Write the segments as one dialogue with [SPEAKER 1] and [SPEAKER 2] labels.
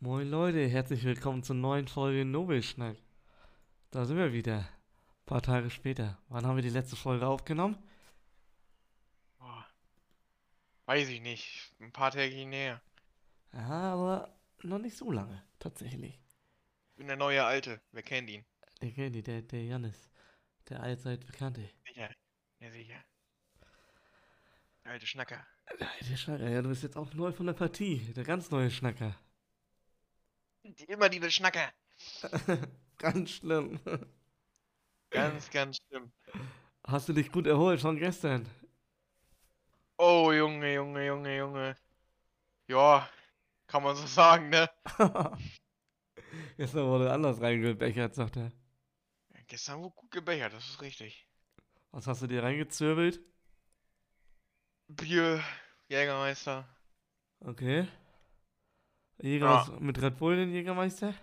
[SPEAKER 1] Moin Leute, herzlich willkommen zur neuen Folge Nobelschnack. Da sind wir wieder. Ein paar Tage später. Wann haben wir die letzte Folge aufgenommen?
[SPEAKER 2] Oh. Weiß ich nicht. Ein paar Tage näher.
[SPEAKER 1] Ja, aber noch nicht so lange, tatsächlich.
[SPEAKER 2] Ich bin der neue Alte. Wer kennt ihn?
[SPEAKER 1] Der Candy, der, der Jannis. Der allzeit bekannte.
[SPEAKER 2] Sicher. Ja, sicher. Der alte Schnacker.
[SPEAKER 1] Der alte Schnacker, ja, du bist jetzt auch neu von der Partie. Der ganz neue Schnacker.
[SPEAKER 2] Die, immer diese Schnacker.
[SPEAKER 1] Ganz schlimm.
[SPEAKER 2] Ganz, ganz schlimm.
[SPEAKER 1] Hast du dich gut erholt von gestern?
[SPEAKER 2] Oh, Junge, Junge, Junge, Junge. Ja, kann man so sagen, ne?
[SPEAKER 1] gestern wurde anders reingebechert, sagt er.
[SPEAKER 2] Ja, Gestern wurde gut gebechert, das ist richtig.
[SPEAKER 1] Was hast du dir reingezwirbelt?
[SPEAKER 2] Bier, Jägermeister.
[SPEAKER 1] Okay. Jäger
[SPEAKER 2] Ja.
[SPEAKER 1] was mit Red Bull, den Jägermeister?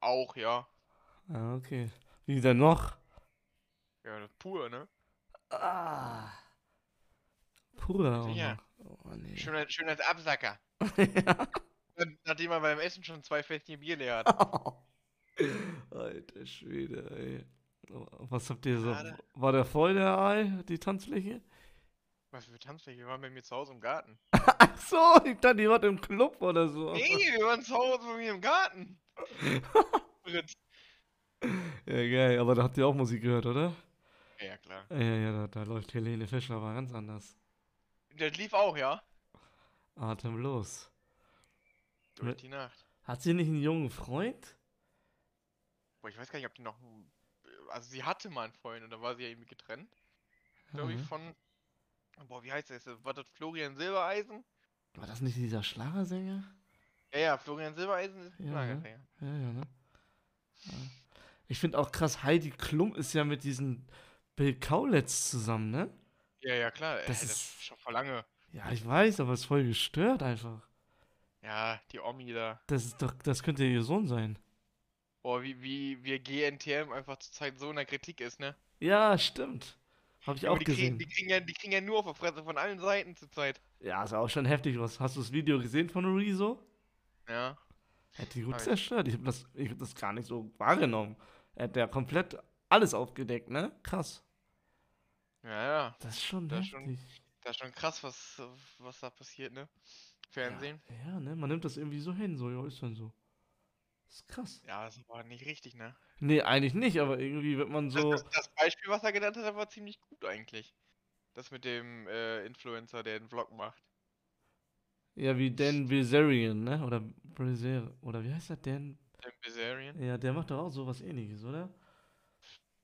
[SPEAKER 2] Auch, ja.
[SPEAKER 1] Ah, okay. Wie denn noch?
[SPEAKER 2] Ja, das pur, ne?
[SPEAKER 1] Ah. Purer. auch
[SPEAKER 2] Sicher.
[SPEAKER 1] noch. Oh, nee.
[SPEAKER 2] Schön als, schön als Absacker.
[SPEAKER 1] Ja.
[SPEAKER 2] Nachdem man beim Essen schon zwei Fässchen Bier leer
[SPEAKER 1] Ah.
[SPEAKER 2] hat.
[SPEAKER 1] Alter Schwede, ey. Was habt ihr so?
[SPEAKER 2] Schade.
[SPEAKER 1] War der voll der Ei, die Tanzfläche?
[SPEAKER 2] Was für Tanzfläche? Wir waren bei mir zu Hause im Garten.
[SPEAKER 1] Ach so, ich dachte, ihr wart im Club oder so.
[SPEAKER 2] Nee, wir waren zu Hause bei mir im Garten. Fritz.
[SPEAKER 1] Ja, geil, aber da habt ihr auch Musik gehört, oder?
[SPEAKER 2] Ja, ja, klar.
[SPEAKER 1] Ja, ja, da, da läuft Helene Fischer aber ganz anders.
[SPEAKER 2] Das lief auch, ja?
[SPEAKER 1] Atemlos.
[SPEAKER 2] Durch
[SPEAKER 1] Ne.
[SPEAKER 2] die Nacht.
[SPEAKER 1] Hat sie nicht einen jungen Freund?
[SPEAKER 2] Boah, ich weiß gar nicht, ob die noch. n- Also, sie hatte mal einen Freund und dann war sie ja irgendwie getrennt. Glaube ich,
[SPEAKER 1] Mhm.
[SPEAKER 2] von. Boah, wie heißt der? Ist das- War das Florian Silbereisen?
[SPEAKER 1] War das nicht dieser Schlagersänger?
[SPEAKER 2] Ja, ja, Florian Silbereisen ist
[SPEAKER 1] Ja,
[SPEAKER 2] ein langer
[SPEAKER 1] ne?
[SPEAKER 2] Sänger.
[SPEAKER 1] Ja, ja, ne? Ja. Ich finde auch krass, Heidi Klum ist ja mit diesem Bill Kaulitz zusammen, ne?
[SPEAKER 2] Ja, ja, klar. ey,
[SPEAKER 1] Das
[SPEAKER 2] Das,
[SPEAKER 1] ist-
[SPEAKER 2] ist schon vor lange.
[SPEAKER 1] Ja, ich weiß, aber es ist voll gestört einfach.
[SPEAKER 2] Ja, die Omi da.
[SPEAKER 1] Das ist doch, das könnte ihr Sohn sein.
[SPEAKER 2] Boah, wie, wie, wie GNTM einfach zurzeit so in der Kritik ist, ne?
[SPEAKER 1] Ja, stimmt. Habe ich
[SPEAKER 2] Junge,
[SPEAKER 1] auch
[SPEAKER 2] die, kriegen,
[SPEAKER 1] gesehen.
[SPEAKER 2] die, kriegen ja, die kriegen ja nur auf der Fresse von allen Seiten zurzeit.
[SPEAKER 1] Ja, ist auch schon heftig. Was, hast du das Video gesehen von Rezo?
[SPEAKER 2] Ja.
[SPEAKER 1] Er hat die gut
[SPEAKER 2] Hab ich.
[SPEAKER 1] zerstört. Ich habe das, ich hab das gar nicht so wahrgenommen. Er hat ja komplett alles aufgedeckt, ne? Krass.
[SPEAKER 2] Ja, ja.
[SPEAKER 1] Das ist schon
[SPEAKER 2] Das ist schon-
[SPEAKER 1] heftig.
[SPEAKER 2] Das ist schon krass, was, äh, was da passiert, ne? Fernsehen.
[SPEAKER 1] Ja, ja, ne? Man nimmt das irgendwie so hin, so, ja, ist dann so. ist krass.
[SPEAKER 2] Ja, das war nicht richtig, ne?
[SPEAKER 1] Nee, eigentlich nicht, aber irgendwie wird man
[SPEAKER 2] Das,
[SPEAKER 1] so.
[SPEAKER 2] das, das Beispiel, was er genannt hat, war ziemlich gut eigentlich. Das mit dem äh, Influencer, der den Vlog macht.
[SPEAKER 1] Ja, wie Dan Bilzerian, ne? Oder Bilzer. Oder wie heißt der Dan?
[SPEAKER 2] Dem Bizarian.
[SPEAKER 1] Ja, der macht doch auch sowas ähnliches, oder?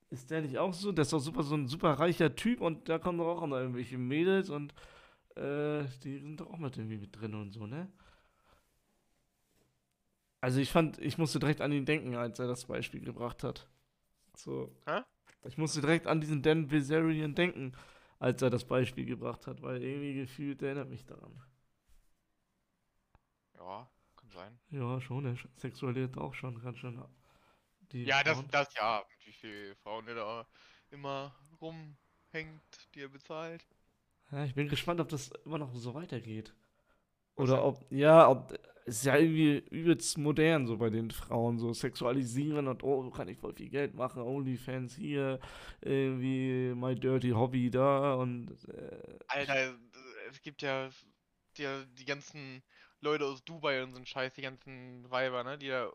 [SPEAKER 1] Ist der nicht auch so? Der ist doch super, so ein super reicher Typ und da kommen doch auch immer irgendwelche Mädels und äh, die sind doch auch mit irgendwie mit drin und so, ne? Also ich fand, ich musste direkt an ihn denken, als er das Beispiel gebracht hat. So.
[SPEAKER 2] Hä?
[SPEAKER 1] Ich musste direkt an diesen Dan Bilzerian denken, als er das Beispiel gebracht hat, weil irgendwie gefühlt erinnert mich daran.
[SPEAKER 2] Ja, kann sein.
[SPEAKER 1] Ja, schon, er sexualisiert auch schon ganz schön. Die
[SPEAKER 2] Ja, das,
[SPEAKER 1] Frauen.
[SPEAKER 2] das ja. Mit wie viele Frauen der da immer rumhängt, die er bezahlt.
[SPEAKER 1] Ja, ich bin gespannt, ob das immer noch so weitergeht.
[SPEAKER 2] Was
[SPEAKER 1] Oder
[SPEAKER 2] denn?
[SPEAKER 1] ob, ja, ob, ist ja irgendwie übelst modern, so bei den Frauen, so sexualisieren und oh, kann ich voll viel Geld machen, Onlyfans hier, irgendwie My Dirty Hobby da und, äh,
[SPEAKER 2] Alter, es gibt ja die, die ganzen Leute aus Dubai und so ein Scheiß, die ganzen Weiber, ne? Die da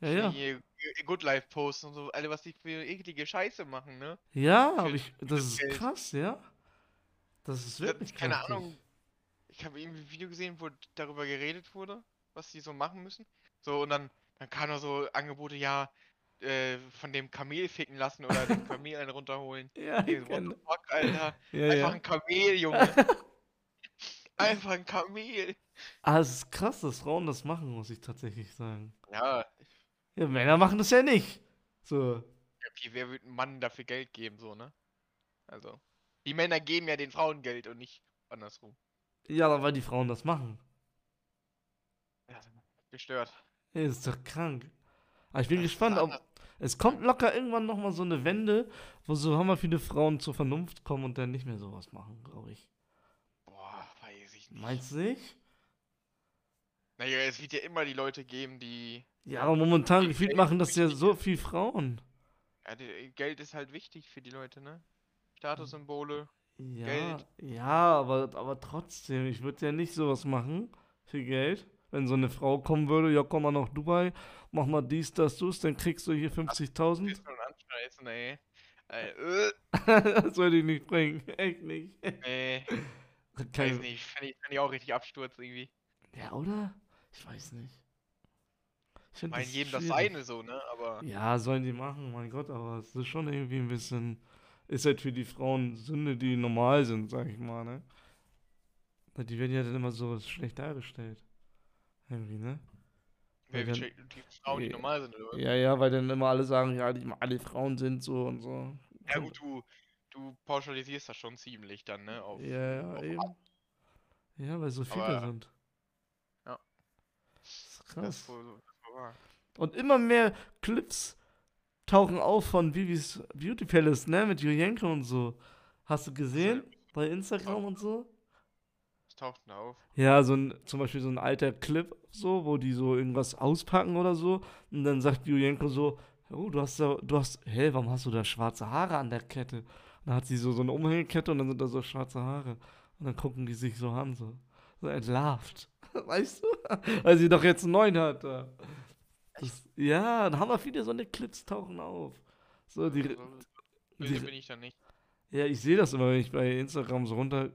[SPEAKER 1] ja, ja.
[SPEAKER 2] ihr ihr Good Life posten und so, alle was die für eklige Scheiße machen, ne?
[SPEAKER 1] Ja,
[SPEAKER 2] Für-
[SPEAKER 1] aber ich, das ist
[SPEAKER 2] Geld.
[SPEAKER 1] krass, ja. Das ist
[SPEAKER 2] Das-
[SPEAKER 1] wirklich
[SPEAKER 2] keine
[SPEAKER 1] heftig.
[SPEAKER 2] Ahnung. Ich habe irgendwie ein Video gesehen, wo darüber geredet wurde, was die so machen müssen. So, und dann, dann kamen da so Angebote, ja, äh, von dem Kamel ficken lassen oder dem Kamel einen runterholen.
[SPEAKER 1] Ja,
[SPEAKER 2] Ey,
[SPEAKER 1] ich
[SPEAKER 2] what the
[SPEAKER 1] kenn,
[SPEAKER 2] fuck, Alter?
[SPEAKER 1] ja, ja.
[SPEAKER 2] Einfach ein Kamel, Junge. Einfach ein Kamel.
[SPEAKER 1] Ah, es ist krass, dass Frauen das machen, muss ich tatsächlich sagen.
[SPEAKER 2] Ja,
[SPEAKER 1] Ja, Männer machen das ja nicht. So.
[SPEAKER 2] wie, wer würde einem Mann dafür Geld geben, so, ne? Also. Die Männer geben ja den Frauen Geld und nicht andersrum.
[SPEAKER 1] Ja, aber weil die Frauen das machen.
[SPEAKER 2] Ja, gestört.
[SPEAKER 1] Ey, ist doch krank. Aber ich bin
[SPEAKER 2] Das ist
[SPEAKER 1] gespannt, ob.
[SPEAKER 2] anders.
[SPEAKER 1] Es kommt locker irgendwann nochmal so eine Wende, wo so hammer viele Frauen zur Vernunft kommen und dann nicht mehr sowas machen, glaube ich.
[SPEAKER 2] Boah, weiß ich nicht.
[SPEAKER 1] Meinst du nicht?
[SPEAKER 2] Naja, es wird ja immer die Leute geben, die.
[SPEAKER 1] Ja, aber momentan
[SPEAKER 2] Geld
[SPEAKER 1] gefühlt
[SPEAKER 2] ist
[SPEAKER 1] machen das ja
[SPEAKER 2] wichtig.
[SPEAKER 1] so viel Frauen.
[SPEAKER 2] Ja, die, Geld ist halt wichtig für die Leute, ne? Statussymbole.
[SPEAKER 1] Ja,
[SPEAKER 2] Geld.
[SPEAKER 1] ja, aber, aber trotzdem, ich würde ja nicht sowas machen für Geld. Wenn so eine Frau kommen würde, ja, komm mal nach Dubai, mach mal dies, das, das, dann kriegst du hier 50.000.
[SPEAKER 2] Willst du einen anschmeißen, ey? Äh, äh,
[SPEAKER 1] das würde ich nicht bringen. Echt nicht.
[SPEAKER 2] nee, weiß
[SPEAKER 1] Kein,
[SPEAKER 2] nicht. Fand ich, fand ich auch richtig Absturz irgendwie.
[SPEAKER 1] ja, oder? Ich weiß nicht. Ich
[SPEAKER 2] Ich
[SPEAKER 1] finde
[SPEAKER 2] meine,
[SPEAKER 1] das
[SPEAKER 2] jedem das
[SPEAKER 1] schwierig.
[SPEAKER 2] seine so, ne? Aber.
[SPEAKER 1] Ja, sollen die machen, mein Gott, aber es ist schon irgendwie ein bisschen, ist halt für die Frauen Sünde, die normal sind, sag ich mal, ne? Na, Die werden ja dann immer so schlecht dargestellt. Irgendwie, ne?
[SPEAKER 2] Wer
[SPEAKER 1] dann-
[SPEAKER 2] will die Frauen, die
[SPEAKER 1] Ja.
[SPEAKER 2] normal sind, oder? was?
[SPEAKER 1] Ja, ja, weil dann immer alle sagen, ja, die, alle Frauen sind so und so.
[SPEAKER 2] Ja, gut, du, du pauschalisierst das schon ziemlich dann, ne? Auf,
[SPEAKER 1] Ja, ja,
[SPEAKER 2] auf-
[SPEAKER 1] eben. Ja, weil so viele
[SPEAKER 2] Aber-
[SPEAKER 1] sind.
[SPEAKER 2] ja.
[SPEAKER 1] Das ist
[SPEAKER 2] Das
[SPEAKER 1] krass.
[SPEAKER 2] ist wohl, das ist wohl wahr.
[SPEAKER 1] Und immer mehr Clips tauchen auf von Vivis Beauty Palace, ne? Mit Julienko und so. Hast du gesehen? Bei Instagram und so?
[SPEAKER 2] Das taucht denn auf.
[SPEAKER 1] Ja, so ein, zum Beispiel so ein alter Clip, so, wo die so irgendwas auspacken oder so. Und dann sagt Julienko so, oh, du hast da, du hast, hä, warum hast du da schwarze Haare an der Kette? Und dann hat sie so, so eine Umhängekette und dann sind da so schwarze Haare. Und dann gucken die sich so an, so, so entlarvt. Weißt du? Weil sie doch jetzt einen neuen hat. Da. Das, ja, dann haben wir viele so eine Clips tauchen auf. So,
[SPEAKER 2] Also,
[SPEAKER 1] die,
[SPEAKER 2] so
[SPEAKER 1] die,
[SPEAKER 2] böse bin ich dann nicht.
[SPEAKER 1] ja, ich sehe das immer, wenn ich bei Instagram so runter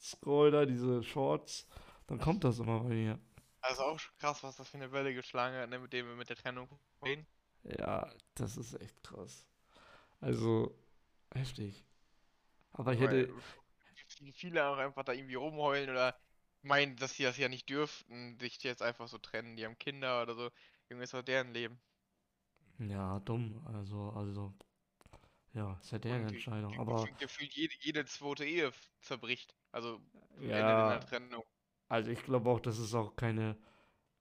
[SPEAKER 1] scroll da, diese Shorts, dann kommt das immer bei mir.
[SPEAKER 2] Also auch schon krass, was das für eine Welle geschlagen hat, ne, mit dem mit der Trennung. von denen.
[SPEAKER 1] Ja, das ist echt krass. Also, heftig. Aber ich
[SPEAKER 2] Weil
[SPEAKER 1] hätte.
[SPEAKER 2] wie viele auch einfach da irgendwie rumheulen oder meinen, dass sie das ja nicht dürften, sich jetzt einfach so trennen, die haben Kinder oder so. Junge, ist doch deren Leben.
[SPEAKER 1] Ja, dumm. Also, also. Ja, ist ja deren
[SPEAKER 2] Und ge-
[SPEAKER 1] Entscheidung.
[SPEAKER 2] ge-
[SPEAKER 1] Aber
[SPEAKER 2] gefühlt- Gefühlt jede, jede zweite Ehe f- zerbricht. Also endet in
[SPEAKER 1] Ja.
[SPEAKER 2] einer Trennung.
[SPEAKER 1] also ich glaube auch, dass es auch keine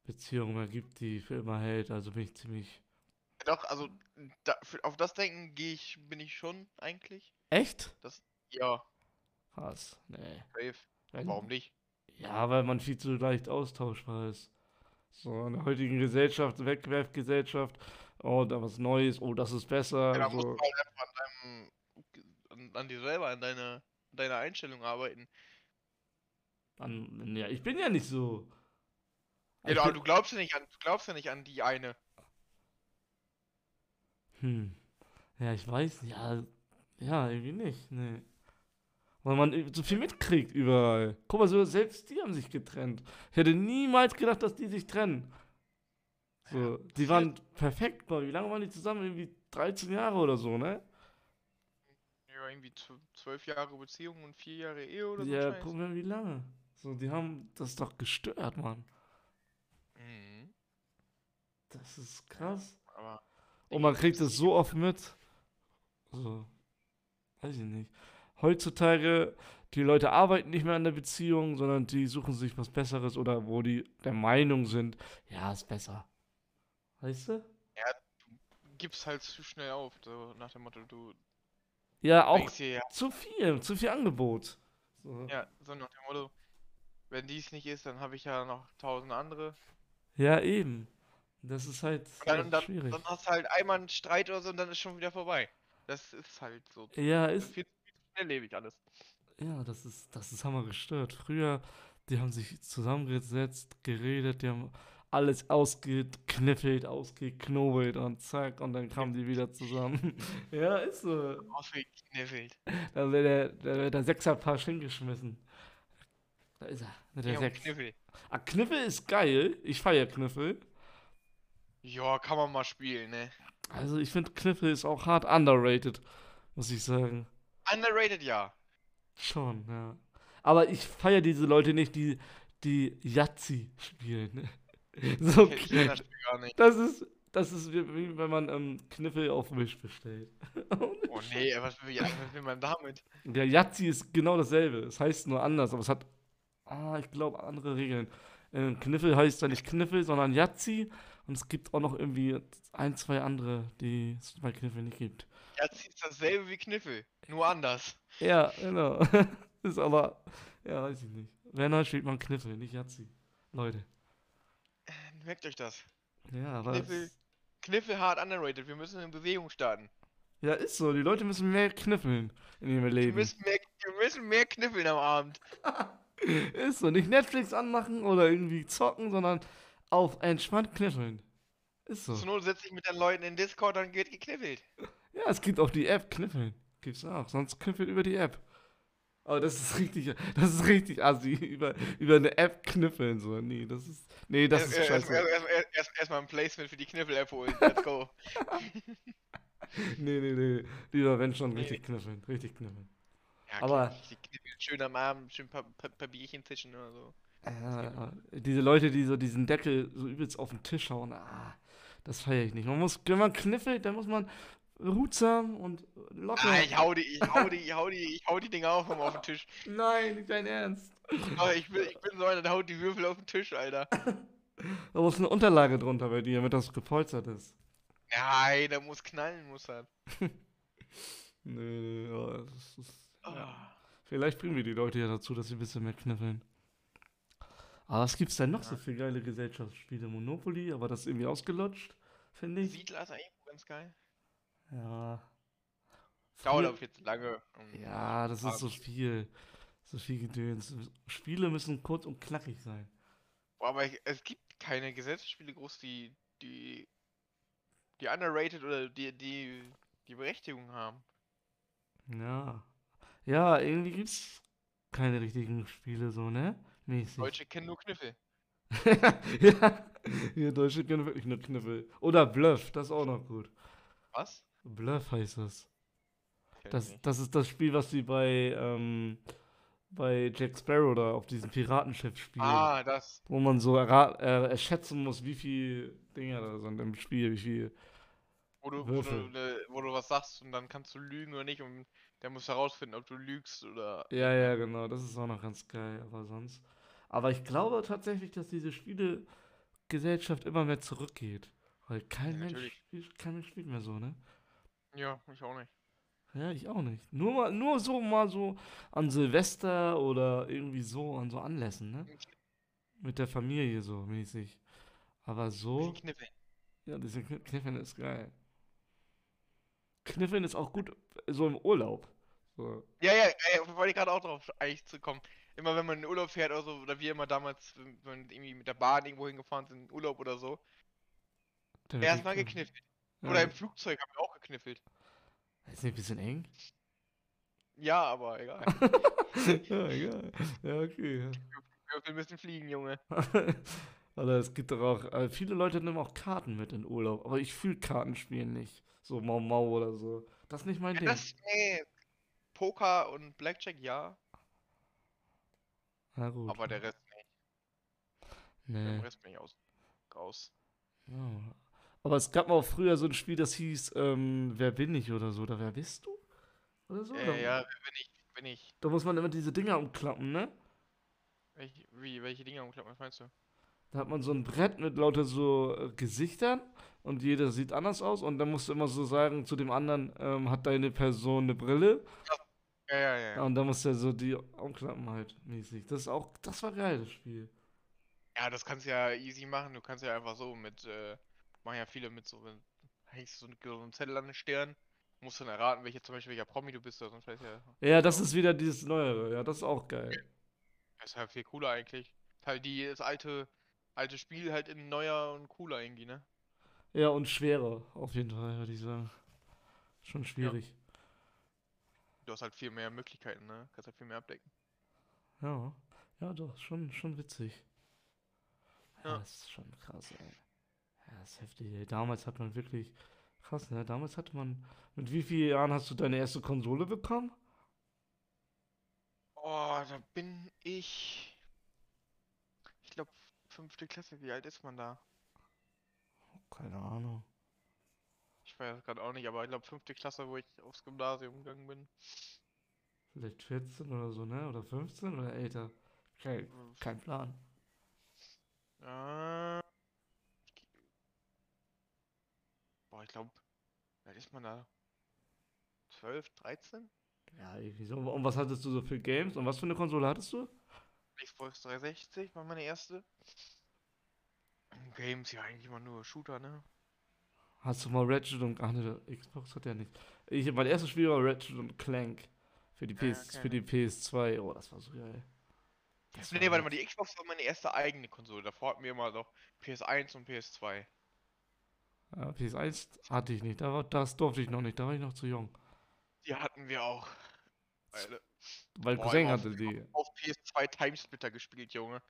[SPEAKER 1] Beziehung mehr gibt, die für immer hält. Also bin ich ziemlich.
[SPEAKER 2] Doch, also da, für, auf das Denken gehe ich, bin ich schon eigentlich.
[SPEAKER 1] Echt?
[SPEAKER 2] Ja,
[SPEAKER 1] Krass. Nee.
[SPEAKER 2] safe.
[SPEAKER 1] Wenn-
[SPEAKER 2] Warum nicht?
[SPEAKER 1] Ja, weil man viel zu leicht austauschbar ist. So in der heutigen Gesellschaft, Wegwerfgesellschaft, oh, da was Neues, oh, das ist besser.
[SPEAKER 2] Ja, da musst
[SPEAKER 1] so.
[SPEAKER 2] du halt einfach an, deinem, an, an dir selber, an deiner, an deiner Einstellung arbeiten.
[SPEAKER 1] An, ja, ich bin ja nicht so.
[SPEAKER 2] Ja,
[SPEAKER 1] Ich
[SPEAKER 2] du, aber
[SPEAKER 1] bin-
[SPEAKER 2] du glaubst ja nicht an, du glaubst ja nicht an die eine.
[SPEAKER 1] Hm. Ja, ich weiß, ja, ja, irgendwie nicht, nee. Weil man i- so viel mitkriegt überall. Guck mal, so selbst die haben sich getrennt. Ich hätte niemals gedacht, dass die sich trennen. So, die waren perfekt, boah, wie lange waren die zusammen? Irgendwie 13 Jahre oder so, ne?
[SPEAKER 2] Ja, irgendwie zw- zwölf Jahre Beziehung und vier Jahre Ehe oder so. ein
[SPEAKER 1] Ja,
[SPEAKER 2] Scheiß.
[SPEAKER 1] guck mal, wie lange. So, die haben das doch gestört, Mann.
[SPEAKER 2] Mhm.
[SPEAKER 1] Das ist krass.
[SPEAKER 2] Aber
[SPEAKER 1] Und man kriegt es so oft mit. So, weiß ich nicht. Heutzutage, die Leute arbeiten nicht mehr an der Beziehung, sondern die suchen sich was Besseres oder wo die der Meinung sind, ja, ist besser. Weißt du?
[SPEAKER 2] gibst halt zu schnell auf, so nach dem Motto, du
[SPEAKER 1] Ja, auch
[SPEAKER 2] denkst dir ja,
[SPEAKER 1] zu viel, zu viel Angebot. So.
[SPEAKER 2] ja, so nach dem Motto, wenn dies nicht ist, dann habe ich ja noch tausend andere.
[SPEAKER 1] Ja, eben. Das ist halt
[SPEAKER 2] Und dann,
[SPEAKER 1] echt
[SPEAKER 2] dann,
[SPEAKER 1] schwierig.
[SPEAKER 2] dann hast du halt einmal einen Streit oder so und dann ist schon wieder vorbei. Das ist halt so.
[SPEAKER 1] Ja,
[SPEAKER 2] Das
[SPEAKER 1] ist,
[SPEAKER 2] ist viel zu schnelllebig alles.
[SPEAKER 1] Ja, das ist, das ist hammer gestört. Früher, die haben sich zusammengesetzt, geredet, die haben alles ausgekniffelt, ausgeknobelt und zack, und dann kamen die wieder zusammen. Ja, ist so.
[SPEAKER 2] Ausgekneffelt.
[SPEAKER 1] Da wird der, da wird der Sechserpasch hingeschmissen. Da ist er, mit der
[SPEAKER 2] Ja, und
[SPEAKER 1] Sechs.
[SPEAKER 2] Kniffel.
[SPEAKER 1] Ah, Kniffel ist geil. Ich feiere Kniffel.
[SPEAKER 2] Ja, kann man mal spielen, ne?
[SPEAKER 1] Also, ich finde, Kniffel ist auch hart underrated, muss ich sagen.
[SPEAKER 2] Underrated, ja.
[SPEAKER 1] Schon, ja. Aber ich feiere diese Leute nicht, die, die Yahtzee spielen. ne? So,
[SPEAKER 2] Ich kenne das Spiel gar nicht.
[SPEAKER 1] das ist, das ist wie, wie wenn man ähm, Kniffel auf Wish bestellt.
[SPEAKER 2] Oh nee, ey, was will, ja, was will man damit?
[SPEAKER 1] Der Yahtzee ist genau dasselbe. Es heißt nur anders, aber es hat, ah, ich glaube, andere Regeln. Ähm, Kniffel heißt ja nicht Kniffel, sondern Yahtzee. Und es gibt auch noch irgendwie ein, zwei andere, die es bei Kniffel nicht gibt.
[SPEAKER 2] Yahtzee ist dasselbe wie Kniffel, nur anders.
[SPEAKER 1] Ja, genau. ist aber, ja, weiß ich nicht. Wenn, dann spielt man Kniffel, nicht Yahtzee. Leute.
[SPEAKER 2] Merkt euch das.
[SPEAKER 1] Ja, aber.
[SPEAKER 2] Kniffel, Kniffel hart underrated. Wir müssen in Bewegung starten.
[SPEAKER 1] Ja, ist so. Die Leute müssen mehr kniffeln in ihrem
[SPEAKER 2] Wir
[SPEAKER 1] Leben.
[SPEAKER 2] müssen mehr, wir müssen mehr kniffeln am Abend.
[SPEAKER 1] Ist so. Nicht Netflix anmachen oder irgendwie zocken, sondern auf entspannt kniffeln. Ist so.
[SPEAKER 2] Zur Not setze ich mit den Leuten in Discord, dann wird gekniffelt.
[SPEAKER 1] Ja, es gibt auch die App Kniffeln. Gibt's auch. Sonst kniffeln über die App. Aber das ist richtig, das ist richtig assi. Über, über eine App kniffeln. So, nee, das ist, nee, das ist
[SPEAKER 2] Erst- erst-
[SPEAKER 1] scheiße.
[SPEAKER 2] erst- erst- erst- Erstmal ein Placement für die Kniffel-App holen. Let's go.
[SPEAKER 1] Nee, nee, nee. Lieber wenn schon,
[SPEAKER 2] Nee.
[SPEAKER 1] richtig kniffeln. Richtig kniffeln.
[SPEAKER 2] Ja,
[SPEAKER 1] Aber-
[SPEAKER 2] klar, die Kniffel schön am Abend, schön ein paar, paar, paar Bierchen zischen oder so.
[SPEAKER 1] Ja, Äh, diese Leute, die so diesen Deckel so übelst auf den Tisch hauen, ah, das feiere ich nicht. Man muss, wenn man kniffelt, dann muss man behutsam und locker.
[SPEAKER 2] Ah, ich hau die, ich hau die, ich hau die, ich hau die Dinger auch immer auf den Tisch.
[SPEAKER 1] Nein, nicht dein Ernst.
[SPEAKER 2] Aber ich bin, ich bin so einer, der haut die Würfel auf den Tisch, Alter.
[SPEAKER 1] Da muss eine Unterlage drunter bei dir, damit das gepolstert ist.
[SPEAKER 2] Nein, der muss knallen, muss er.
[SPEAKER 1] Nee, nee, ja, das ist, ja.
[SPEAKER 2] Ah.
[SPEAKER 1] Vielleicht bringen wir die Leute ja dazu, dass sie ein bisschen mehr kniffeln. Aber was gibt's denn noch so für geile Gesellschaftsspiele? Monopoly, aber das ist irgendwie ausgelutscht, finde ich.
[SPEAKER 2] Siedler ist eigentlich ganz geil.
[SPEAKER 1] Ja.
[SPEAKER 2] Dauert
[SPEAKER 1] Früher-
[SPEAKER 2] aber viel zu lange. Mhm.
[SPEAKER 1] Ja, das ist so
[SPEAKER 2] Ah.
[SPEAKER 1] viel. So viel Gedöns. Spiele müssen kurz und knackig sein.
[SPEAKER 2] Boah, aber ich, es gibt keine Gesetzesspiele groß, die, die, die underrated oder die, die, die Berechtigung haben.
[SPEAKER 1] Ja. Ja, irgendwie gibt's keine richtigen Spiele so, ne? Mäßig.
[SPEAKER 2] Deutsche kennen nur Kniffel.
[SPEAKER 1] ja. Wir Deutsche können wirklich nur Kniffel. Oder Bluff, das ist auch noch gut.
[SPEAKER 2] Was?
[SPEAKER 1] Bluff heißt das.
[SPEAKER 2] Kenn ich
[SPEAKER 1] Das,
[SPEAKER 2] nicht.
[SPEAKER 1] das ist das Spiel, was sie bei, ähm, bei Jack Sparrow da auf diesem Piratenschiff spielen.
[SPEAKER 2] Ah, das.
[SPEAKER 1] Wo man so errat, äh, erschätzen muss, wie viel Dinger da sind im Spiel, wie viel.
[SPEAKER 2] Wo du, wo, du,
[SPEAKER 1] Würfel.
[SPEAKER 2] ne- wo du was sagst und dann kannst du lügen oder nicht und der muss herausfinden, ob du lügst oder.
[SPEAKER 1] Ja, ja, genau, das ist auch noch ganz geil, aber sonst. Aber ich glaube tatsächlich, dass diese Spielegesellschaft immer mehr zurückgeht. Weil kein
[SPEAKER 2] Ja,
[SPEAKER 1] Mensch,
[SPEAKER 2] natürlich.
[SPEAKER 1] spielt- kein Mensch spielt mehr so, ne?
[SPEAKER 2] Ja, ich auch nicht.
[SPEAKER 1] Ja, ich auch nicht. Nur mal, nur so mal so an Silvester oder irgendwie so, an so Anlässen, ne? Mit der Familie so mäßig. Aber so,
[SPEAKER 2] Bisschen Kniffel.
[SPEAKER 1] ja, diese Kn- Kniffeln ist geil. Kniffeln ist auch gut äh, so im Urlaub. So.
[SPEAKER 2] Ja, ja, ja, wollte ich gerade auch drauf eigentlich zu kommen. Immer wenn man in den Urlaub fährt oder so, oder wir immer damals, wenn wenn wir irgendwie mit der Bahn irgendwo hingefahren sind, in den Urlaub oder so,
[SPEAKER 1] da wird
[SPEAKER 2] erstmal
[SPEAKER 1] gekniffen.
[SPEAKER 2] gekniffelt. Oder
[SPEAKER 1] Ja.
[SPEAKER 2] im Flugzeug haben wir auch gekniffelt.
[SPEAKER 1] Ist nicht ein bisschen eng?
[SPEAKER 2] Ja, aber egal.
[SPEAKER 1] Ja, egal. Ja, okay. ja.
[SPEAKER 2] Würfel müssen fliegen, Junge.
[SPEAKER 1] Oder es gibt doch auch, äh, viele Leute nehmen auch Karten mit in Urlaub, aber ich fühle Kartenspielen nicht. So Mau Mau oder so. Das ist nicht mein
[SPEAKER 2] Ja,
[SPEAKER 1] Ding.
[SPEAKER 2] das, nee. Poker und Blackjack, ja,
[SPEAKER 1] Na gut.
[SPEAKER 2] aber der Rest, nee,
[SPEAKER 1] nee.
[SPEAKER 2] dem Rest bin ich aus. Raus.
[SPEAKER 1] Ja. Aber es gab mal auch früher so ein Spiel, das hieß ähm, Wer bin ich oder so, oder Wer bist du? Oder so. da,
[SPEAKER 2] Äh, ja, wenn ich, wenn ich,
[SPEAKER 1] da muss man immer diese Dinger umklappen, ne?
[SPEAKER 2] welch, wie, welche Dinger umklappen, was meinst du?
[SPEAKER 1] Da hat man so ein Brett mit lauter so äh, Gesichtern und jeder sieht anders aus und dann musst du immer so sagen zu dem anderen, ähm, hat deine Person eine Brille?
[SPEAKER 2] Ja, ja, ja.
[SPEAKER 1] Ja,
[SPEAKER 2] Ja,
[SPEAKER 1] und da musst du ja so die umklappen halt mäßig. Das ist auch, das war geil, das Spiel.
[SPEAKER 2] ja das kannst du ja easy machen, du kannst ja einfach so mit, äh, machen ja viele mit so, wenn, hängst du so, einen- so einen Zettel an den Stern, musst dann erraten, welcher, zum Beispiel welcher Promi du bist oder so, vielleicht ja,
[SPEAKER 1] Ja, das ist wieder dieses Neuere. Ja, das ist auch geil.
[SPEAKER 2] das ist halt viel cooler eigentlich. Halt die, das alte, alte Spiel halt in neuer und cooler irgendwie, ne?
[SPEAKER 1] Ja, und schwerer, auf jeden Fall, würde ich sagen. Schon schwierig.
[SPEAKER 2] Du hast halt viel mehr Möglichkeiten, ne? Kannst halt viel mehr abdecken.
[SPEAKER 1] Ja. Ja, doch, schon, schon witzig. Ja,
[SPEAKER 2] Ja.
[SPEAKER 1] das ist schon krass, ey. Ja, das ist heftig, ey. Damals hat man wirklich. Krass, ne? Damals hatte man. Mit wie vielen Jahren hast du deine erste Konsole bekommen?
[SPEAKER 2] Oh, da bin ich. Ich glaube, fünfte Klasse. Wie alt ist man da?
[SPEAKER 1] Keine Ahnung.
[SPEAKER 2] Ich weiß gerade auch nicht, aber ich glaube, fünfte Klasse, wo ich aufs Gymnasium gegangen bin.
[SPEAKER 1] Vielleicht 14 oder so, ne? Oder 15 oder älter? Kein, kein Plan.
[SPEAKER 2] Äh, boah, ich glaube, wie alt ist man da? 12, 13?
[SPEAKER 1] Ja, irgendwie so. Und was hattest du so für Games? Und was für eine Konsole hattest du?
[SPEAKER 2] Xbox 360 war meine erste. Games ja eigentlich immer nur Shooter, ne?
[SPEAKER 1] Hast du mal Ratchet und ach ne, Xbox hat ja nicht. Ich, mein erstes Spiel war Ratchet und Clank für die,
[SPEAKER 2] Ah,
[SPEAKER 1] PS,
[SPEAKER 2] okay.
[SPEAKER 1] für die PS2. Oh, das war so geil. Das
[SPEAKER 2] Nee,
[SPEAKER 1] war-
[SPEAKER 2] warte mal, die Xbox war meine erste eigene Konsole. Davor hatten wir immer noch PS1 und PS2.
[SPEAKER 1] Ja, PS1 hatte ich nicht, da war, das durfte ich noch nicht, da war ich noch zu jung.
[SPEAKER 2] Die hatten wir auch. Alter.
[SPEAKER 1] Weil
[SPEAKER 2] Boah,
[SPEAKER 1] Cousin
[SPEAKER 2] immer auf-
[SPEAKER 1] hatte die.
[SPEAKER 2] Auf PS2 Timesplitter gespielt, Junge.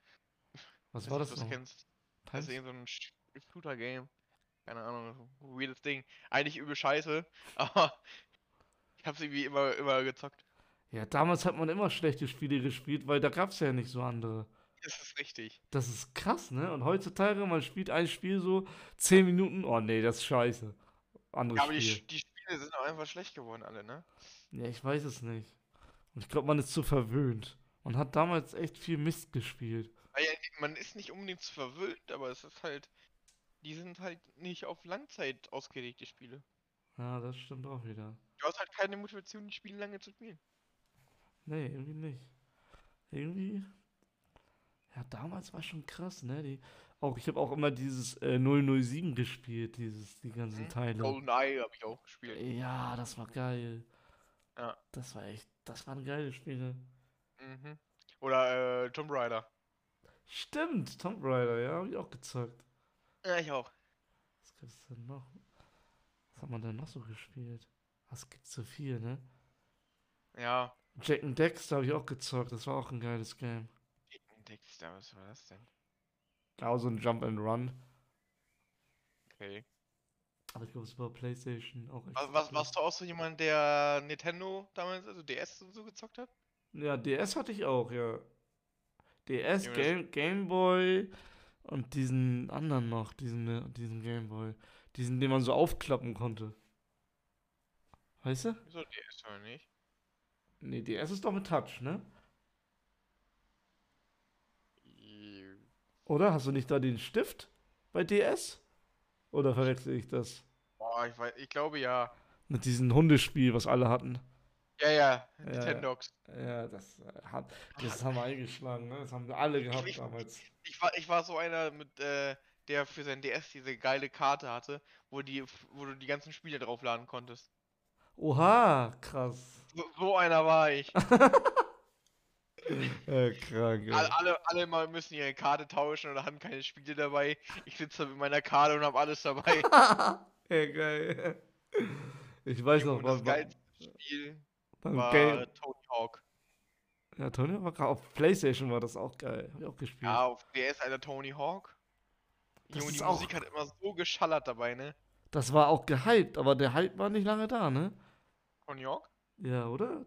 [SPEAKER 1] Was
[SPEAKER 2] Weiß
[SPEAKER 1] war das
[SPEAKER 2] nicht, ob du
[SPEAKER 1] noch?
[SPEAKER 2] kennst. Das
[SPEAKER 1] Times-
[SPEAKER 2] ist irgend so ein Sch- Shooter-Game. Keine Ahnung, weirdes Ding. Eigentlich übel scheiße, aber ich hab's irgendwie immer, immer gezockt.
[SPEAKER 1] Ja, damals hat man immer schlechte Spiele gespielt, weil da gab es ja nicht so andere.
[SPEAKER 2] Das ist richtig.
[SPEAKER 1] Das ist krass, ne? Und heutzutage, man spielt ein Spiel so 10 Minuten, oh nee, das ist scheiße. Anderes
[SPEAKER 2] Ja, aber die,
[SPEAKER 1] Spiel.
[SPEAKER 2] Sch- die Spiele sind auch einfach schlecht geworden, alle, ne?
[SPEAKER 1] Ja, ich weiß es nicht. Und ich glaube, man ist zu verwöhnt. Man hat damals echt viel Mist gespielt.
[SPEAKER 2] Ah ja, Man ist nicht unbedingt zu verwöhnt, aber es ist halt. Die sind halt nicht auf Langzeit ausgelegt, die Spiele.
[SPEAKER 1] Ja, das stimmt auch wieder.
[SPEAKER 2] Du hast halt keine Motivation, die Spiele lange zu spielen.
[SPEAKER 1] Nee, irgendwie nicht. Irgendwie. Ja, damals war schon krass, ne? Die, auch, ich habe auch immer dieses äh, 007 gespielt, dieses, die ganzen
[SPEAKER 2] Mhm.
[SPEAKER 1] Teile.
[SPEAKER 2] GoldenEye habe ich auch gespielt.
[SPEAKER 1] Ja, das war geil.
[SPEAKER 2] Ja.
[SPEAKER 1] Das war echt, das waren geile Spiele.
[SPEAKER 2] Mhm. Oder äh, Tomb Raider.
[SPEAKER 1] Stimmt, Tomb Raider, ja, hab ich auch gezockt.
[SPEAKER 2] Ja, ich auch.
[SPEAKER 1] Was gibt's denn noch? Was hat man denn noch so gespielt? Was gibt's so viel, ne?
[SPEAKER 2] Ja.
[SPEAKER 1] Jack and Dexter habe ich auch gezockt, das war auch ein geiles Game.
[SPEAKER 2] Dexter, was war das denn?
[SPEAKER 1] Genau so ein Jump and Run.
[SPEAKER 2] Okay.
[SPEAKER 1] Aber ich glaube, es war PlayStation auch echt.
[SPEAKER 2] Was, was, warst du auch so jemand, der Nintendo damals, also DS und so gezockt hat?
[SPEAKER 1] Ja, DS hatte ich auch, ja. DS,
[SPEAKER 2] Junge, das-
[SPEAKER 1] Game, Game Boy und diesen anderen noch, diesen, äh, diesen Game Boy. Diesen, den man so aufklappen konnte. Weißt du?
[SPEAKER 2] Wieso DS oder nicht?
[SPEAKER 1] Nee, DS ist doch mit Touch, ne? Oder? Hast du nicht da den Stift bei DS? Oder verwechsel ich das?
[SPEAKER 2] Boah, ich weiß, ich glaube ja.
[SPEAKER 1] Mit diesem Hundespiel, was alle hatten.
[SPEAKER 2] Ja, ja,
[SPEAKER 1] ja.
[SPEAKER 2] Nintendox.
[SPEAKER 1] Ja, das äh, hat. Das
[SPEAKER 2] Ah.
[SPEAKER 1] haben wir eingeschlagen, ne? Das haben wir alle gehabt damals.
[SPEAKER 2] Ich war, ich war so einer mit, äh, der für sein DS diese geile Karte hatte, wo die, wo du die ganzen Spiele draufladen konntest.
[SPEAKER 1] Oha, krass.
[SPEAKER 2] So, so einer war ich.
[SPEAKER 1] Äh, krank,
[SPEAKER 2] Alle,
[SPEAKER 1] ey.
[SPEAKER 2] alle, alle mal müssen ihre Karte tauschen oder haben keine Spiele dabei. Ich sitze da mit meiner Karte und habe alles dabei.
[SPEAKER 1] Ey, geil. Ich weiß noch,
[SPEAKER 2] Junge, das
[SPEAKER 1] beim, beim,
[SPEAKER 2] geilste Spiel
[SPEAKER 1] beim
[SPEAKER 2] war
[SPEAKER 1] Game.
[SPEAKER 2] Tony Hawk.
[SPEAKER 1] Ja, Tony war gerade auf PlayStation war das auch geil. Hab ich auch gespielt.
[SPEAKER 2] Ja, auf DS einer Tony Hawk.
[SPEAKER 1] Das
[SPEAKER 2] Junge,
[SPEAKER 1] ist
[SPEAKER 2] die
[SPEAKER 1] auch-
[SPEAKER 2] Musik hat immer so geschallert dabei, ne?
[SPEAKER 1] Das war auch gehypt, aber der Hype war nicht lange da, ne?
[SPEAKER 2] Tony Hawk?
[SPEAKER 1] Ja, oder?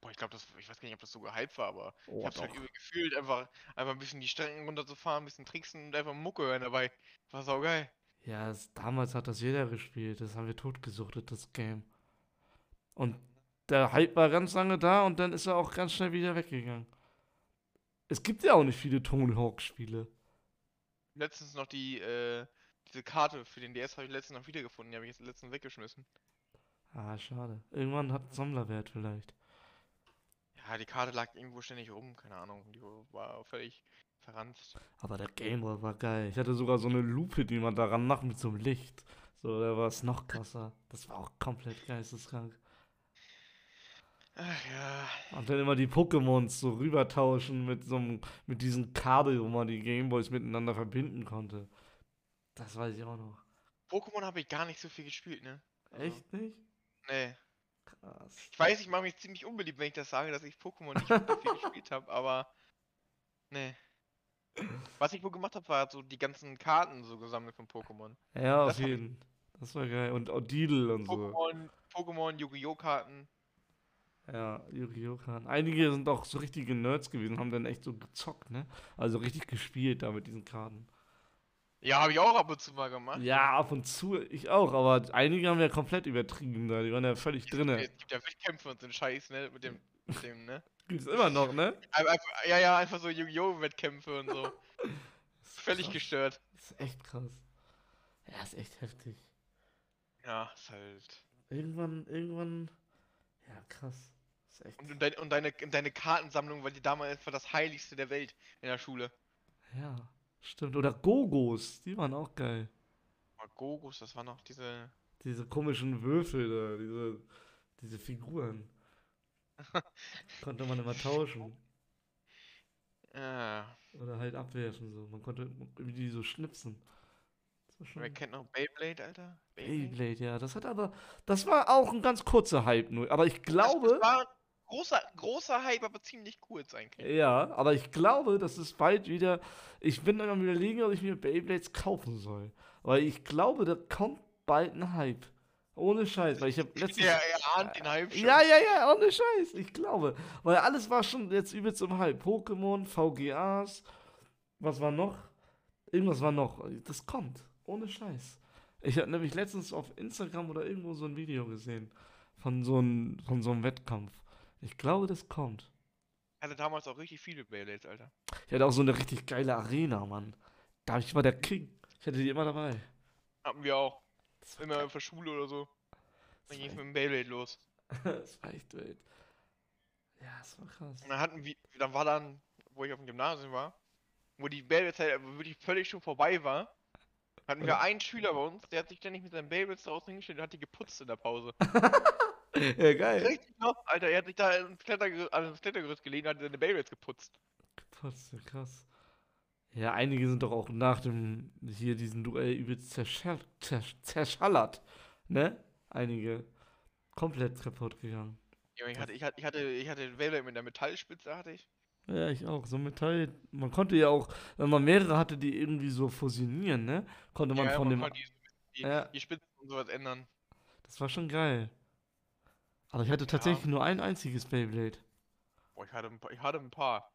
[SPEAKER 2] Boah, ich glaube, das, ich weiß gar nicht, ob das so gehypt war, aber
[SPEAKER 1] Oh,
[SPEAKER 2] ich hab's halt
[SPEAKER 1] doch.
[SPEAKER 2] übel gefühlt, einfach, einfach ein bisschen die Strecken runterzufahren, ein bisschen tricksen und einfach Mucke hören dabei. War saugeil.
[SPEAKER 1] Ja, es, damals hat das jeder gespielt. Das haben wir totgesuchtet, das Game. Und der Hype war ganz lange da und dann ist er auch ganz schnell wieder weggegangen. Es gibt ja auch nicht viele Tony Hawk-Spiele.
[SPEAKER 2] Letztens noch die, äh, diese Karte für den DS habe ich letztens noch wiedergefunden, die habe ich jetzt letztens weggeschmissen.
[SPEAKER 1] Ah, schade. Irgendwann hat Sammlerwert vielleicht.
[SPEAKER 2] Ja, die Karte lag irgendwo ständig rum, keine Ahnung, die war völlig verranzt.
[SPEAKER 1] Aber der Gameboy war geil. Ich hatte sogar so eine Lupe, die man daran macht mit so einem Licht. So, da war es noch krasser. Das war auch komplett geisteskrank.
[SPEAKER 2] Ach ja.
[SPEAKER 1] Und dann immer die Pokémons so rübertauschen mit so einem, mit diesem Kabel, wo man die Gameboys miteinander verbinden konnte. Das weiß ich auch noch.
[SPEAKER 2] Pokémon habe ich gar nicht so viel gespielt, ne? Also,
[SPEAKER 1] Echt nicht?
[SPEAKER 2] Nee.
[SPEAKER 1] Krass.
[SPEAKER 2] Ich weiß, ich mache mich ziemlich unbeliebt, wenn ich das sage, dass ich Pokémon nicht so viel gespielt habe, aber. Nee. Was ich wohl gemacht habe, war so die ganzen Karten so gesammelt von Pokémon.
[SPEAKER 1] Ja, auf
[SPEAKER 2] das hab ich-
[SPEAKER 1] jeden. Das war geil. Und auch Deedle und so.
[SPEAKER 2] Pokémon, Pokémon, Yu-Gi-Oh! Karten.
[SPEAKER 1] Ja, Yu-Gi-Oh! Karten. Einige sind auch so richtige Nerds gewesen, haben dann echt so gezockt, ne? Also richtig gespielt da mit diesen Karten.
[SPEAKER 2] Ja, habe ich auch ab und zu mal gemacht.
[SPEAKER 1] Ja, ab und zu, ich auch, aber einige haben ja komplett übertrieben da, die waren ja völlig drinne.
[SPEAKER 2] Es gibt ja Wettkämpfe und so einen Scheiß, ne? Mit dem, mit dem, ne?
[SPEAKER 1] Gibt's immer noch, ne?
[SPEAKER 2] Ein- Einfach, ja, ja, einfach so Yu-Gi-Oh! Wettkämpfe und so.
[SPEAKER 1] Das ist
[SPEAKER 2] Völlig
[SPEAKER 1] krass.
[SPEAKER 2] gestört.
[SPEAKER 1] Das ist echt krass. Ja, ist echt heftig.
[SPEAKER 2] Ja, ist halt.
[SPEAKER 1] Irgendwann, irgendwann, ja, krass. Ist echt,
[SPEAKER 2] Und, und, dein, und deine, deine Kartensammlung war die damals war das Heiligste der Welt in der Schule.
[SPEAKER 1] ja. Stimmt. Oder Gogos, die waren auch geil.
[SPEAKER 2] Aber Gogus, das waren noch diese.
[SPEAKER 1] Diese komischen Würfel da, diese, diese Figuren. Konnte man immer tauschen.
[SPEAKER 2] Ah,
[SPEAKER 1] Oder halt abwerfen so. Man konnte irgendwie die so schnipsen. Das war
[SPEAKER 2] wer
[SPEAKER 1] schon.
[SPEAKER 2] kennt noch Hm. Beyblade, Alter?
[SPEAKER 1] Beyblade, ja. Das hat aber. Das war auch ein ganz kurzer Hype nur. Aber ich
[SPEAKER 2] Das-
[SPEAKER 1] glaube.
[SPEAKER 2] Das war ein großer, großer Hype, aber ziemlich kurz eigentlich.
[SPEAKER 1] Ja, aber ich glaube, das ist bald wieder. Ich bin dann am überlegen, ob ich mir Beyblades kaufen soll. Weil ich glaube, da kommt bald ein Hype. Ohne Scheiß, weil ich habe letztens.
[SPEAKER 2] Der er ahnt den Hype schon.
[SPEAKER 1] Ja, ja, ja, ohne Scheiß, ich glaube. Weil alles war schon jetzt übelst im Hype. Pokémon, VGAs, was war noch? Irgendwas war noch. Das kommt, ohne Scheiß. Ich habe nämlich letztens auf Instagram oder irgendwo so ein Video gesehen von so einem, von so einem Wettkampf. Ich glaube, das kommt.
[SPEAKER 2] Hatte damals auch richtig viele Beyblades, Alter.
[SPEAKER 1] Ich hatte auch so eine richtig geile Arena, Mann. Da ich war der King. Ich hatte die immer dabei.
[SPEAKER 2] Hatten wir auch.
[SPEAKER 1] Das war,
[SPEAKER 2] Immer auf der Schule oder so.
[SPEAKER 1] das
[SPEAKER 2] Dann ging's
[SPEAKER 1] war,
[SPEAKER 2] mit dem Beyblade los.
[SPEAKER 1] echt, das war echt wild. Ja, das war krass.
[SPEAKER 2] Und dann hatten wir, dann war dann, wo ich auf dem Gymnasium war, wo die Beyblade-Zeit aber wirklich völlig schon vorbei war, hatten wir
[SPEAKER 1] Ja.
[SPEAKER 2] einen Schüler bei uns, der hat sich ständig mit seinen Beyblades draußen hingestellt und hat die geputzt in der Pause.
[SPEAKER 1] Ja, geil.
[SPEAKER 2] Richtig noch, Alter, er hat sich da ans Klettergerüst, ans Klettergerüst gelegt und hat seine Beyblades geputzt.
[SPEAKER 1] Trotzdem krass. Ja, einige sind doch auch nach dem hier diesem Duell übelst zerscher zersch zerschallert. Ne? Einige. Komplett kaputt gegangen.
[SPEAKER 2] Junge, Ich hatte, ich hatte, ich hatte, ich hatte Beyblade mit der Metallspitze, hatte ich.
[SPEAKER 1] Ja, ich auch. So ein Metall. Man konnte ja auch, wenn man mehrere hatte, die irgendwie so fusionieren, ne? Konnte man
[SPEAKER 2] Ja,
[SPEAKER 1] von dem.
[SPEAKER 2] konnte die, die,
[SPEAKER 1] Ja.
[SPEAKER 2] die Spitzen und sowas ändern.
[SPEAKER 1] Das war schon geil. Aber ich hatte tatsächlich nur ein einziges Beyblade.
[SPEAKER 2] Boah, ich hatte ein paar. Ich hatte ein paar.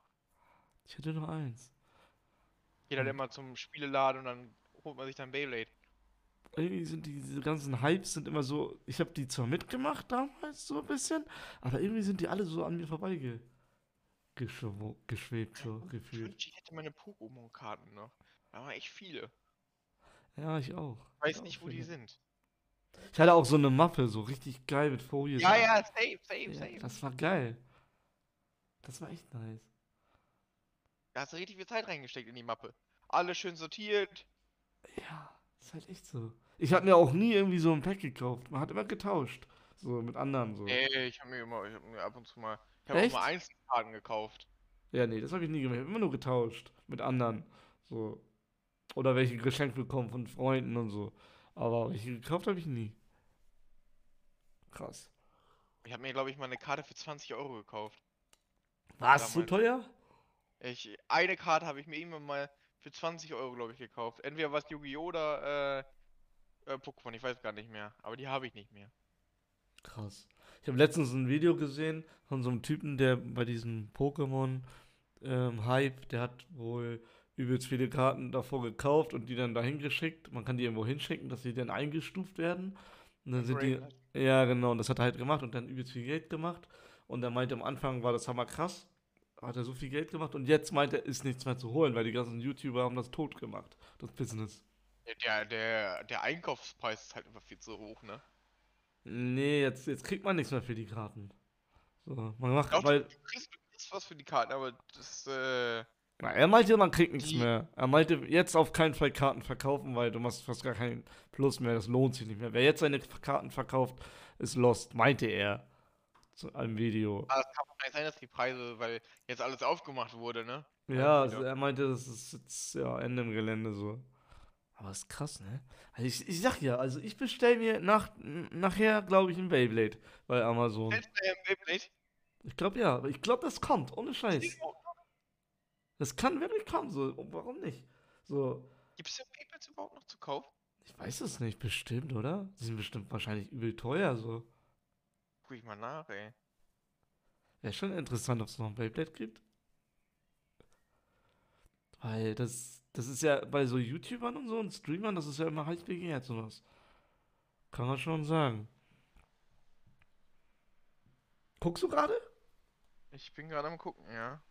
[SPEAKER 1] Ich hatte nur eins.
[SPEAKER 2] Jeder,
[SPEAKER 1] Hm.
[SPEAKER 2] der mal zum Spieleladen und dann holt man sich dann Beyblade.
[SPEAKER 1] irgendwie sind die, diese ganzen Hypes sind immer so, ich habe die zwar mitgemacht damals so ein bisschen, aber irgendwie sind die alle so an mir vorbeigeschwebt, geschwo- geschwebt so
[SPEAKER 2] Ich
[SPEAKER 1] gefühlt.
[SPEAKER 2] wünschte, ich hätte meine Pokémon-Karten noch. Da waren echt viele.
[SPEAKER 1] Ja, ich auch.
[SPEAKER 2] Ich weiß
[SPEAKER 1] Ja,
[SPEAKER 2] nicht, wo die
[SPEAKER 1] viele.
[SPEAKER 2] sind.
[SPEAKER 1] Ich hatte auch so eine Mappe, so richtig geil mit Folie.
[SPEAKER 2] Ja,
[SPEAKER 1] so-
[SPEAKER 2] ja, safe, safe,
[SPEAKER 1] Ja,
[SPEAKER 2] safe.
[SPEAKER 1] Das war geil. Das war echt nice.
[SPEAKER 2] Da hast du richtig viel Zeit reingesteckt in die Mappe. Alles schön sortiert.
[SPEAKER 1] Ja, ist halt echt so. Ich habe mir auch nie irgendwie so ein Pack gekauft. Man hat immer getauscht. So mit anderen so.
[SPEAKER 2] Nee, ich habe mir immer, ich hab mir ab und zu mal, ich habe auch
[SPEAKER 1] Echt?
[SPEAKER 2] mal Einzelkarten gekauft.
[SPEAKER 1] Ja, nee, das habe ich nie gemacht. Ich habe immer nur getauscht mit anderen. So. Oder welche geschenkt bekommen von Freunden und so. Aber welche gekauft habe ich nie. Krass.
[SPEAKER 2] Ich habe mir, glaube ich, mal eine Karte für 20 Euro gekauft.
[SPEAKER 1] War es zu
[SPEAKER 2] Damals.
[SPEAKER 1] teuer?
[SPEAKER 2] Ich, eine Karte habe ich mir irgendwann mal für 20 Euro, glaube ich, gekauft. Entweder war es Yu-Gi-Oh! oder äh, äh, Pokémon, ich weiß gar nicht mehr. Aber die habe ich nicht mehr.
[SPEAKER 1] Krass. Ich habe letztens ein Video gesehen von so einem Typen, der bei diesem Pokémon-Hype, der hat wohl übelst viele Karten davor gekauft und die dann dahin geschickt. Man kann die irgendwo hinschicken, dass sie dann eingestuft werden. Und dann sind die,
[SPEAKER 2] Brainless.
[SPEAKER 1] Ja, genau, und das hat er halt gemacht und dann übelst viel Geld gemacht. Und er meinte, am Anfang war das hammer krass, hat er so viel Geld gemacht und jetzt meint er, ist nichts mehr zu holen, weil die ganzen YouTuber haben das tot gemacht, das Business.
[SPEAKER 2] Äh, Der, der, der Einkaufspreis ist halt einfach viel zu hoch, ne?
[SPEAKER 1] Nee, jetzt, jetzt kriegt man nichts mehr für die Karten. So, man macht,
[SPEAKER 2] Doch, du,
[SPEAKER 1] weil,
[SPEAKER 2] du, kriegst, du kriegst was für die Karten, aber das, äh,
[SPEAKER 1] na, er meinte, man kriegt nichts
[SPEAKER 2] Die-
[SPEAKER 1] mehr. Er meinte, jetzt auf keinen Fall Karten verkaufen, weil du machst fast gar keinen Plus mehr, das lohnt sich nicht mehr. Wer jetzt seine Karten verkauft, ist lost, meinte er zu einem Video.
[SPEAKER 2] ah, das kann auch nicht sein, dass die Preise, weil jetzt alles aufgemacht wurde, ne?
[SPEAKER 1] Ja,
[SPEAKER 2] wieder.
[SPEAKER 1] also er meinte, das ist jetzt ja Ende im Gelände so. Aber ist krass, ne? Also ich, ich sag ja, also ich bestell mir nach, n- nachher, glaube ich, ein Beyblade bei Amazon.
[SPEAKER 2] Selbst der Beyblade,
[SPEAKER 1] Ich glaube ja, aber ich glaube, das kommt, ohne Scheiß.
[SPEAKER 2] die- oh,
[SPEAKER 1] Das kann wirklich kommen, so. Und warum nicht? So,
[SPEAKER 2] Gibt's denn Beyblades überhaupt noch zu kaufen?
[SPEAKER 1] ich weiß es nicht, bestimmt, oder? Die sind bestimmt wahrscheinlich übel teuer, so.
[SPEAKER 2] Guck ich mal nach, ey.
[SPEAKER 1] Wäre schon interessant, ob es noch ein Beyblade gibt. Weil das, das ist ja bei so YouTubern und so und Streamern, das ist ja immer heiß begehrt, sowas. Kann man schon sagen. Guckst du gerade?
[SPEAKER 2] Ich bin gerade am gucken, ja.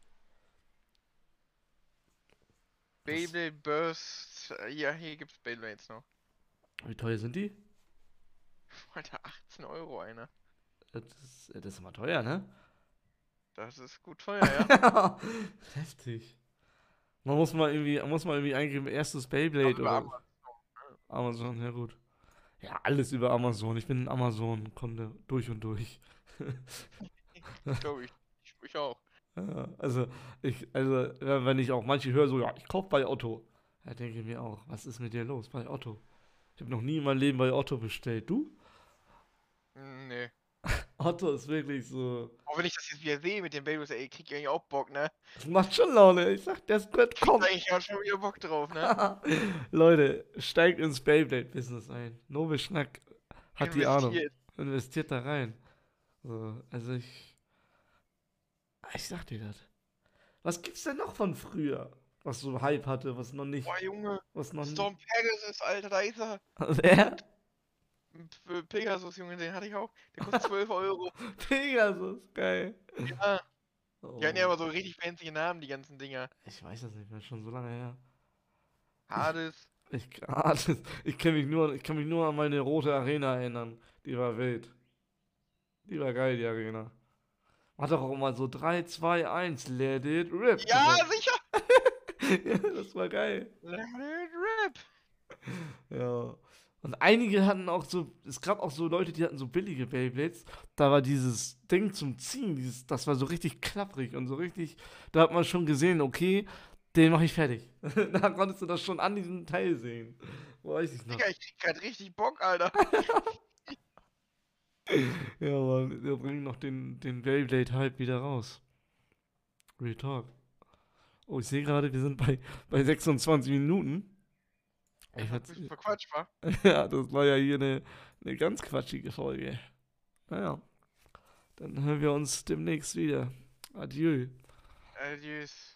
[SPEAKER 2] Beyblade Burst, äh, ja, hier gibt's Beyblades noch.
[SPEAKER 1] Wie teuer sind die?
[SPEAKER 2] Alter, 18 Euro eine.
[SPEAKER 1] Das ist, das ist immer teuer, ne?
[SPEAKER 2] Das ist gut teuer, ja.
[SPEAKER 1] Heftig. Man muss mal irgendwie, muss mal irgendwie eingeben, erstes Beyblade
[SPEAKER 2] über
[SPEAKER 1] oder Amazon, ja gut. Ja, alles über Amazon. Ich bin ein Amazon-Kunde durch und durch.
[SPEAKER 2] Amazon, glaub ich. ich. Ich auch.
[SPEAKER 1] Ja, Also, ich, also, ja, wenn ich auch manche höre, so, ja, ich kaufe bei Otto. Da denke ich mir auch, was ist mit dir los bei Otto? Ich habe noch nie in meinem Leben bei Otto bestellt. Du?
[SPEAKER 2] Hm, Nee.
[SPEAKER 1] Otto ist wirklich so.
[SPEAKER 2] Auch wenn ich das jetzt wieder sehe mit den Babys, ey, krieg ich eigentlich auch Bock, ne?
[SPEAKER 1] Das macht schon Laune. Ich sag, das wird
[SPEAKER 2] Krieg
[SPEAKER 1] kommen.
[SPEAKER 2] ich auch schon wieder Bock drauf, ne?
[SPEAKER 1] Leute, steigt ins Beyblade-Business ein. Nobel Schnack hat die Ahnung.
[SPEAKER 2] Investiert.
[SPEAKER 1] Investiert da rein. So, also ich. ah, Ich sag dir das. Was gibt's denn noch von früher? Was so Hype hatte, was noch nicht.
[SPEAKER 2] Boah, Junge,
[SPEAKER 1] Was noch
[SPEAKER 2] Storm Pegasus, Alter, da ist er.
[SPEAKER 1] nicht. Wer?
[SPEAKER 2] P- Pegasus, Junge, den hatte ich auch. Der kostet 12 Euro.
[SPEAKER 1] Pegasus, geil.
[SPEAKER 2] Ja.
[SPEAKER 1] Oh,
[SPEAKER 2] Die hatten ja immer so richtig fancy Namen, die ganzen Dinger.
[SPEAKER 1] Ich weiß das nicht mehr, schon so lange her.
[SPEAKER 2] Hades.
[SPEAKER 1] Ich, ah, das, ich kann mich nur, ich kann mich nur an meine rote Arena erinnern. Die war wild. Die war geil, die Arena. Hat doch auch immer so 3, 2, 1, let it rip.
[SPEAKER 2] Ja,
[SPEAKER 1] gesagt.
[SPEAKER 2] sicher!
[SPEAKER 1] ja, das war geil.
[SPEAKER 2] Let it rip!
[SPEAKER 1] Ja. Und einige hatten auch so, es gab auch so Leute, die hatten so billige Beyblades. Da war dieses Ding zum Ziehen, dieses, das war so richtig klapprig und so richtig, da hat man schon gesehen, okay, den mache ich fertig. da konntest du das schon an diesem Teil sehen. Weiß ich noch.
[SPEAKER 2] Digga, ich krieg grad richtig Bock, Alter.
[SPEAKER 1] Ja, Mann, wir bringen noch den, den Beyblade-Hype wieder raus. Real Talk. Oh, ich sehe gerade, wir sind bei, bei 26 Minuten. Ich
[SPEAKER 2] Einfach ein
[SPEAKER 1] würd-
[SPEAKER 2] bisschen verquatscht, wa?
[SPEAKER 1] Ja, das war ja hier eine, eine ganz quatschige Folge. Naja, dann hören wir uns demnächst wieder. Adieu.
[SPEAKER 2] Äh, Adios.